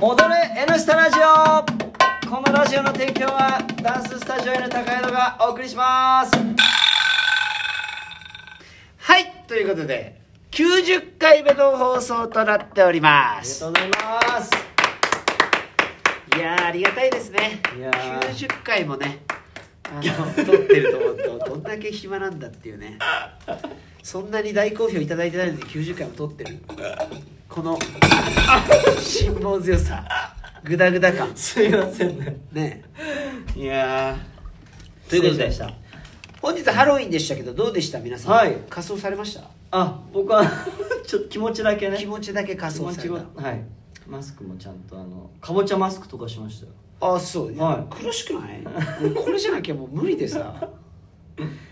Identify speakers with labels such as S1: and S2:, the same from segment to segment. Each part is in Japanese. S1: 踊れ N スタラジオこのラジオの提供はダンススタジオ N 高井戸がお送りしますはいということで90回目の放送となっておりま
S2: ありが
S1: す
S2: とうございます
S1: いやーありがたいですね
S2: いやー
S1: 90回もねあ の撮ってると思うとどんだけ暇なんだっていうねそんなに大好評いただいてないのに90回も撮ってるこの辛抱強さグダグダ感
S2: すいませんね
S1: ね
S2: いや
S1: ということ
S2: 失
S1: で
S2: 礼しまし
S1: 本日ハロウィンでしたけどどうでした皆さん、
S2: はい
S1: 仮装されました、
S2: あ僕は ちょっと気持ちだけね
S1: 気持ちだけ仮装され
S2: 気持
S1: た
S2: ちがはいマスクもちゃんとあのかぼちゃマスクとかしましたよ
S1: ああそう、
S2: はい
S1: 苦しくないこれじゃなきゃもう無理でさ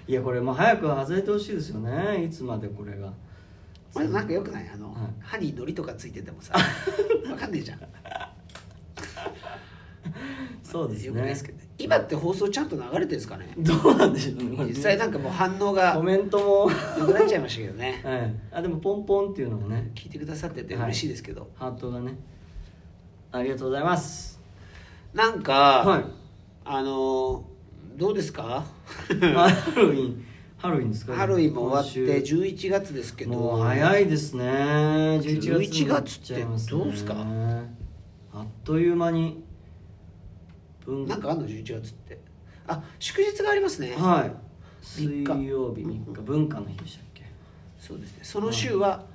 S2: いやこれもう早く外れてほしいですよねいつまでこれが
S1: これなんかよくないあの、
S2: い
S1: 歯にのりとかついて てもさわかんねえじゃん
S2: そうですね
S1: よくないですけどね今って放送ちゃんと流れてるんですかね
S2: どうなんでしょうねこれ
S1: 実際なんかもう反応が
S2: コメントも
S1: なくなっちゃいましたけどね
S2: はいあでもポンポンっていうのもね
S1: 聞いてくださってて
S2: はい
S1: 嬉しいですけど、
S2: ハートがねありがとうございます
S1: なんか、
S2: はい
S1: あのどうですか
S2: ハロウィンハロウィンですか
S1: ハロウィンも終わって
S2: 今週
S1: 11月ですけど
S2: もう早いですね11月になちゃいますね
S1: 11月ってどうすか
S2: あっという間に文
S1: なんかあんの11月ってあ祝日がありますね
S2: はい水
S1: 三日
S2: 曜日3日文化の日でしたっけ
S1: そうですねその週は、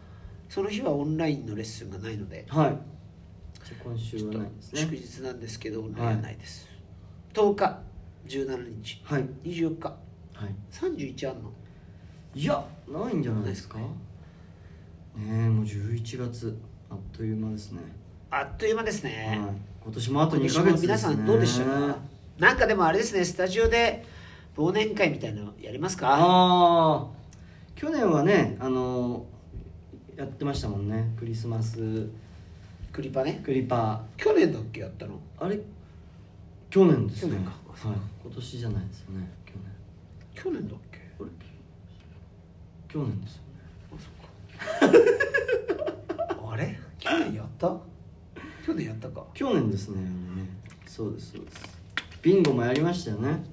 S1: その日はオンラインのレッスンがないので
S2: はいじゃあ今週
S1: ちょっ
S2: は
S1: と
S2: ないです
S1: 祝
S2: ね
S1: 日なんですけどオンラインはないです、10日17日
S2: はい
S1: 24日
S2: はい
S1: 31あんの
S2: いやないんじゃないですかねえもう11月あっという間ですね、
S1: あっという間です
S2: はい
S1: ね、、
S2: 今年もあと2
S1: 今年
S2: ヶ
S1: も
S2: 月ですね
S1: 皆さんどうでしたかなんかでもあれですねスタジオで忘年会みたいなのやりますか
S2: ああ去年はねあのやってましたもんねクリスマス
S1: クリパね
S2: クリパ
S1: 去年だっけやったの
S2: ーあれ去年ですね
S1: 去年か
S2: はい、今年じゃないですよね去年
S1: 去年だっけ
S2: あれ去年ですよね
S1: あそっかあれ去年やった去年やったか
S2: 去年ですねあのねそうですそうですビンゴもやりましたよね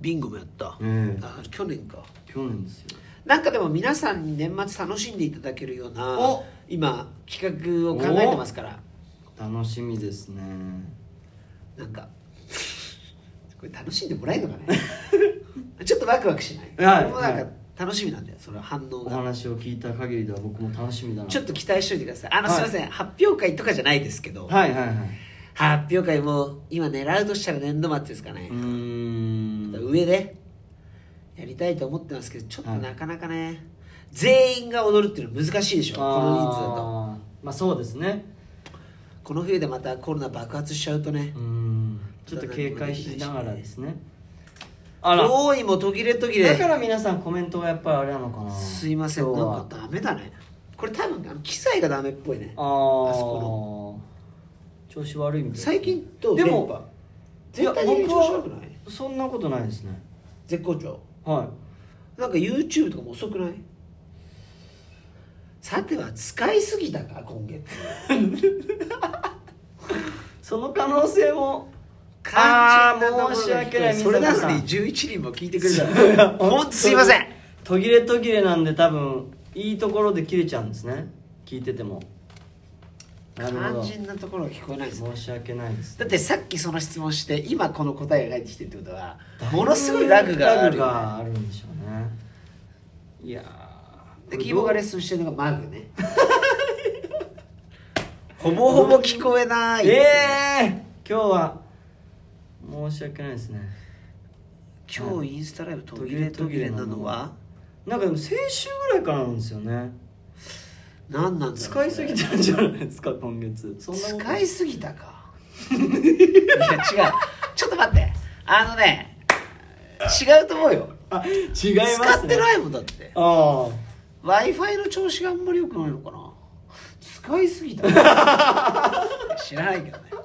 S1: ビンゴもやった、
S2: ええ
S1: あ去年か
S2: 去年ですよ
S1: なんかでも皆さんに年末楽しんでいただけるような
S2: お
S1: 今企画を考えてますから
S2: 楽しみですね
S1: なんかこれ楽しんでもらえるのかね ちょっとワクワクしない、
S2: はい
S1: 俺もなん
S2: は
S1: か楽しみなんだよその反応
S2: お
S1: が
S2: 話を聞いた限りでは僕も楽しみだな
S1: ちょっと期待しといてくださいあの、
S2: はい
S1: すいません発表会とかじゃないですけど、
S2: はいはいはい
S1: 発表会も今狙うとしたら年度末ですかね
S2: う、ーん
S1: 上でやりたいと思ってますけどちょっと
S2: はい
S1: なかなかね、全員が踊るっていうのは難しいでしょこの人数だと
S2: あーまあそうですね
S1: この冬でまたコロナ爆発しちゃうとね
S2: うーんちょっと警戒しながらですねあら
S1: 用意も途切れ途切
S2: だか
S1: れ
S2: ら皆さんコメントがやっぱりあれなのかな
S1: すいません
S2: 今日
S1: なん
S2: は
S1: かダメだねこれ多分あの機材がダメっぽいね
S2: あー
S1: あそこ
S2: 調子悪いみたい
S1: 最近と
S2: で
S1: 電波
S2: も
S1: 全体的に調子悪くない
S2: 僕はそんなことないですね
S1: 絶好調
S2: は
S1: なんか YouTube とかも遅くないさては使いすぎたか今月
S2: いその可能性 も
S1: 肝心なところ
S2: あー申し訳ない
S1: それなのに11人も聞いてくれ たらほんとすいません
S2: 途切れ途切れなんで多分いいところで切れちゃうんですね聞いててもなるほど
S1: 肝心なところが聞こえないですね
S2: 申し訳ないです
S1: だってさっきその質問して今この答えが返ってきてるってことは
S2: だいぶ
S1: ものすごいラグがあ
S2: ラ
S1: る
S2: グ
S1: よね
S2: があるんでしょうねいやー
S1: で
S2: これ
S1: キーボーがレッスンしてるのがマグね ほぼほぼ聞こえない
S2: ええー、今日は申し訳ないですね
S1: 今日インスタライブ途切れ途切れなのは
S2: なんかでも先週ぐらいからなんですよね
S1: 何なんだろう
S2: 使いすぎたんじゃないですか今月そんなこと
S1: 使いすぎたかいや違うちょっと待ってあのね違うと思うよ
S2: あ違います、ね、
S1: 使ってないもんだって
S2: あ
S1: w i f i の調子があんまり良くないのかな使いす ぎた知らないけどね
S2: あ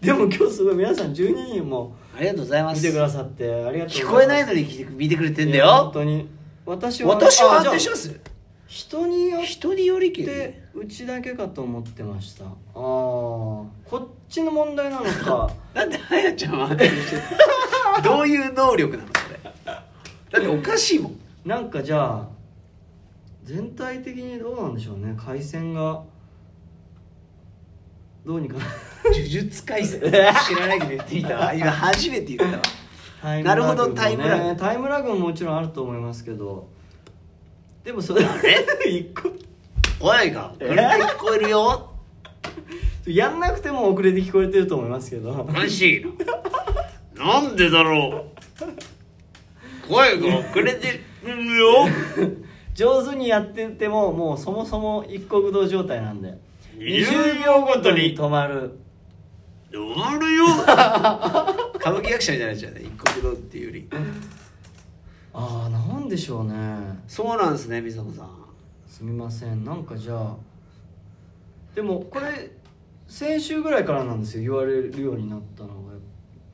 S2: でも今日すごい皆さん12人も
S1: ありがとうございま
S2: 見
S1: す
S2: てくださってありがとうございます
S1: 聞こえないのに聞いて見てくれてんだ
S2: いや本
S1: よ
S2: 当に私は
S1: 私は
S2: あじゃ
S1: 安
S2: あ
S1: 定します
S2: 人によっ
S1: 人によりきり
S2: てうちだけかと思ってましたああこっちの問題なの か
S1: なんであやちゃんはどういう能力なのそれだっておかしいもん
S2: なんかじゃあ全体的にどうなんでしょうね回線がど うにか
S1: 呪術廻戦知らないけど言ってみたわ今初めて言ったわ
S2: タイム
S1: な
S2: ラ
S1: る
S2: グも
S1: ほ
S2: ね
S1: どタイムラグ
S2: タイムラグももちろんあると思いますけどでもそれ 一個
S1: 声がこれで聞こえるよ
S2: やんなくても遅れて聞こえてると思いますけ ど
S1: おかしいななんでだろう声が遅れてるよ
S2: 上手にやっててももうそもそも一国道状態なんで
S1: 20秒ごとに
S2: 止まる
S1: 終わるよ歌舞伎役者みたいになっちゃうね一国道っていうより
S2: ああなんでしょうね
S1: そうなんですねみさこさん
S2: すみませんなんかじゃあでもこれ先週ぐらいからなんですよ言われるようになったのが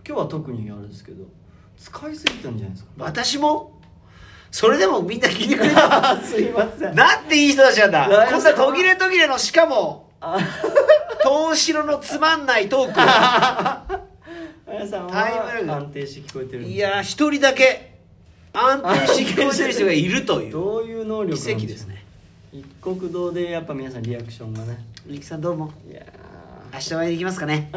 S2: 今日は特にあれですけど使いすぎたんじゃない ですか
S1: 私もそれでもみんな聞いてくれた
S2: すいま せん
S1: なんていい人たちなんだ
S2: 羨ましい
S1: こんな途切れ途切れのしかも
S2: あ
S1: 東城のつまんないトークを
S2: 皆さん
S1: タイムラ
S2: は
S1: グ
S2: 安定して聞こ えてるん
S1: い
S2: です
S1: やー一人だけ安定して聞こえてる人がいるとい う
S2: どういう能力なん
S1: 奇
S2: ょう
S1: 跡ですね
S2: 一国堂でやっぱ皆さんリアクションがね
S1: みゆきさんどうも
S2: いや
S1: 明日お会いできます かね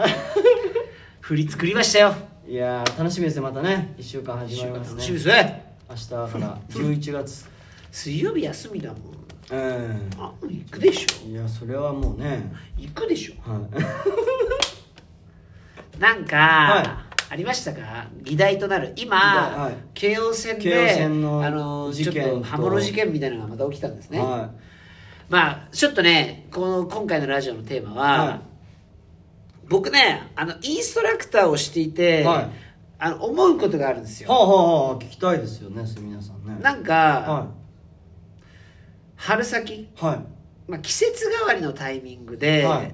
S1: 振り作りましたよ
S2: ーいやー楽しみですねまたね1週間始ま
S1: 一週
S2: り
S1: 間
S2: ま
S1: 楽
S2: す
S1: し
S2: ね
S1: みですね
S2: 明日から11月
S1: 水曜日休みだもん
S2: うん
S1: あ行くでしょ
S2: いやそれはもうね
S1: 行くでしょ
S2: は
S1: なんか、
S2: は
S1: ありましたか議題となる今、
S2: はい
S1: 京王線で
S2: 京王線の
S1: あの
S2: 事件
S1: ちょっと
S2: と
S1: 刃物事件みたいなのがまた起きたんです
S2: い、
S1: ね、
S2: は
S1: まあちょっとねこの今回のラジオのテーマは、
S2: はい
S1: 僕ねあのインストラクターをしていて、
S2: はい
S1: あの思うことがあるんです
S2: い、
S1: よ、
S2: はあ、はあはあ聞きたいですよねすみなさんね
S1: なんか、
S2: は
S1: 春先、
S2: いは
S1: まあ、季節替わりのタイミングで、
S2: はい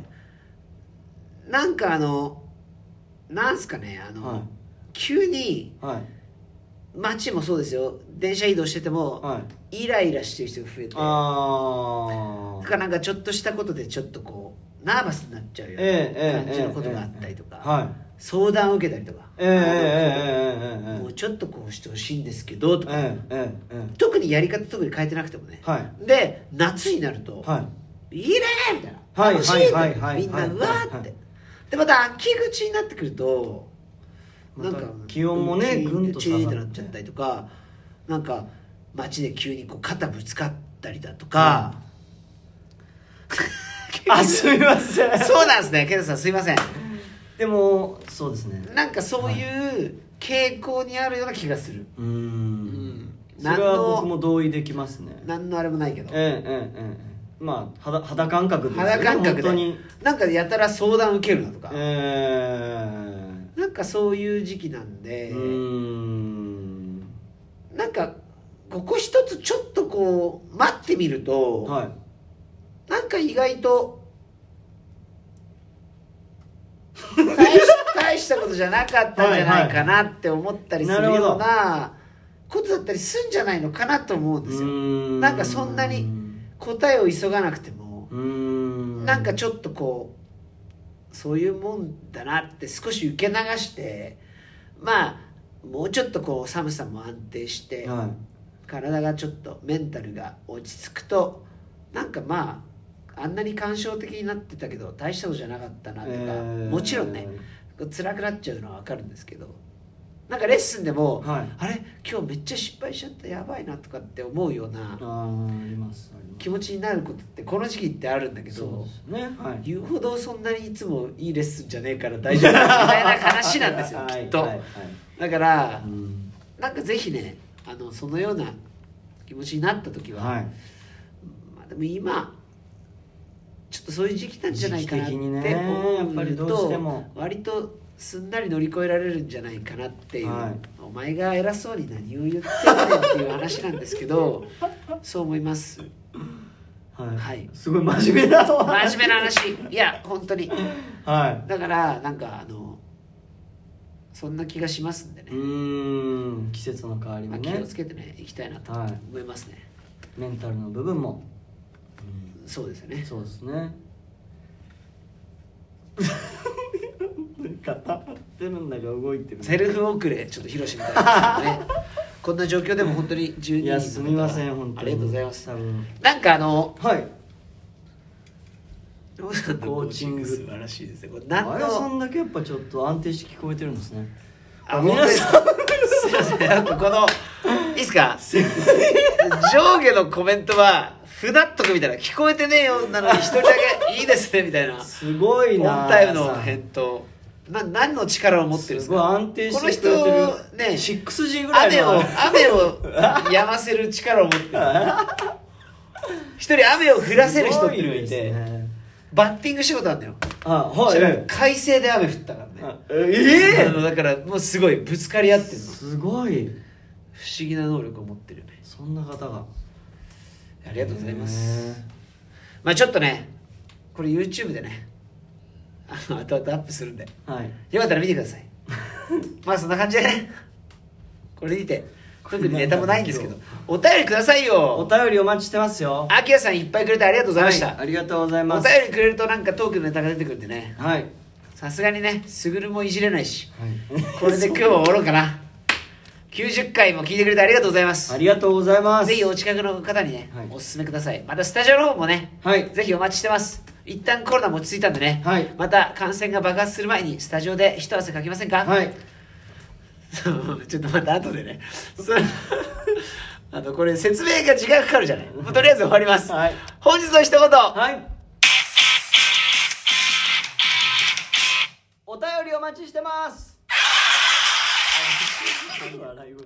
S1: なんかあのなんすかねあの、
S2: はい
S1: 急に
S2: いはい
S1: 街もそうですよ電車移動してても、
S2: はい
S1: イライラしてる人が増えてだ
S2: あ
S1: か
S2: あ
S1: らなんかちょっとしたことでちょっとこうナーバスになっちゃうような
S2: ええええ
S1: 感じのことがあったりとか、
S2: ええはい
S1: 相談を受けたりとか、
S2: ええ
S1: あの
S2: ええええええ
S1: もうちょっとこうしてほしいんですけどとか、
S2: えええええ
S1: 特にやり方特に変えてなくてもね、
S2: は
S1: で夏になると「
S2: えはい
S1: い、いね!」みたいな「
S2: はい
S1: 楽しい!」
S2: はいはいはい
S1: みんな
S2: はいう
S1: わーって、
S2: はい
S1: でまた秋口になってくるとなんか
S2: また気温もね
S1: うん
S2: ぐんと
S1: チ
S2: 下
S1: ー
S2: がって
S1: ンってなっちゃったりとかなんか街で急にこう肩ぶつかったりだとか、
S2: あすみません
S1: そうなんですね、ケンさんすいません。
S2: でもそうですね
S1: なんかそういう傾向にあるような気がする。
S2: うーん
S1: うん
S2: それは僕も同意できますね
S1: なんのあれもないけど。
S2: ええええええまあ肌肌感覚ですよね
S1: 肌感覚
S2: 本当
S1: で
S2: に。
S1: なんかやたら相談受けるなとか。
S2: え
S1: なんかそういう時期なん
S2: え
S1: で
S2: う、ーん
S1: なんかここ一つちょっとこう待ってみると、
S2: はい
S1: なんか意 外と。大し大したことじゃなかったんじゃないかなって思ったりする
S2: はいはい
S1: ようなことだったりすんじゃないのかなと思うんですよ。なんかそんなに答えを急がなくても、
S2: うーん
S1: なんかちょっとこうそういうもんだなって少し受け流してまあもうちょっとこう寒さも安定して、
S2: はい
S1: 体がちょっとメンタルが落ち着くとなんかまああんなに感傷的になってたけど大したことじゃなかったなとか、
S2: えー
S1: もちろんね辛くなっちゃうのは分かるんですけどなんかレッスンでも、
S2: はい
S1: あれ今日めっちゃ失敗しちゃったやばいなとかって思うような
S2: あーありますあります
S1: 気持ちになることってこの時期ってあるんだけ
S2: そう
S1: ど
S2: ですねはい
S1: 言うほどそんなにいつもいいレッスンじゃねえから大丈夫だみたいな話なん ですよ
S2: はい
S1: きっと、
S2: はいはい
S1: だから
S2: うん
S1: なんかぜひねあのそのような気持ちになった時は、
S2: はい
S1: まあ、でも今ちょっとそういう時期なんじゃないかなって
S2: 時期的に
S1: 思う
S2: ね
S1: と
S2: やっぱりどうしても
S1: 割とすんなり乗り越えられるんじゃないかなっていう、
S2: はい
S1: お前が偉そうに何を言ってんねんっていう話なんです けどそう思います
S2: はい、
S1: はい
S2: すごい真面目だわ
S1: 真面目な話いや本当に
S2: は
S1: だからなんかあのそんな気がしますんでね
S2: い、うーん季節の変わりも
S1: まあ、気を
S2: ね
S1: つけてねいきたいなと
S2: はい
S1: 思いますね、
S2: メンタルの部分も
S1: そうですね
S2: そうですね 固まってるんだが動いてる
S1: セルフ遅れちょっと広しみたいなね こんな状況でも本当に12
S2: いやすみません本当に
S1: ありがとうございます
S2: 多分
S1: なんかあの
S2: はい
S1: コー
S2: チング
S1: 素晴らしいですねこれ何
S2: あやさ
S1: の
S2: んだけやっぱちょっと安定して聞こえてるんですね
S1: あ
S2: 皆さん
S1: 本当にすいませんなんかこのいいっすか上下のコメントはふなっとくみたいな聞こえてねえよなのに一人だけいいですねみたいな
S2: すごいな
S1: オンタイムの
S2: あやさん
S1: 返答な何の力を持ってるんですす
S2: ごい
S1: か
S2: 安定して
S1: この人
S2: ね
S1: ね
S2: 6G ぐらい
S1: 雨を
S2: の
S1: 雨 をやませる力を持ってる一人雨を降らせる人っていうのがい
S2: すご
S1: て
S2: ですね
S1: バッティングしたことあるんだよ
S2: あはいえ
S1: 快晴で雨降ったからねあの
S2: え
S1: だからもうすごいぶつかり合ってるの
S2: すごい
S1: 不思議な能力を持ってるよね
S2: そんな方が
S1: ありがとうございますまあちょっとねこれ YouTube でねあの後々アップするんで
S2: はい
S1: よかったら見てくだ さいまあそんな感じでねこれにて特にネタもないんですけどお便りください
S2: お
S1: よ
S2: 便りお待ちしてますよ
S1: あきらさんいっぱいくれてありがとうございました、
S2: はいありがとうござい
S1: お
S2: ます
S1: 便りくれるとなんかトークのネタが出てくるんでね
S2: はい、はい、
S1: さすがにねすぐるもいじれないしこれで今日は終わろうかな90回も聞いてくれてありがとうございます
S2: ありがとうございます
S1: ぜひお近くの方にね、
S2: はい
S1: おすすめくださいまたスタジオの方もね、
S2: はい
S1: ぜひお待ちしてます一旦コロナも落ち着いたんでね、
S2: はい
S1: また感染が爆発する前にスタジオで一汗かきませんか、
S2: はい
S1: ちょっとまた後でねそれあのこれ説明が時間かかるじゃないもうとりあえず終わります、
S2: はい
S1: 本日の一言、
S2: はい お便りお待ちしてますあ笑い声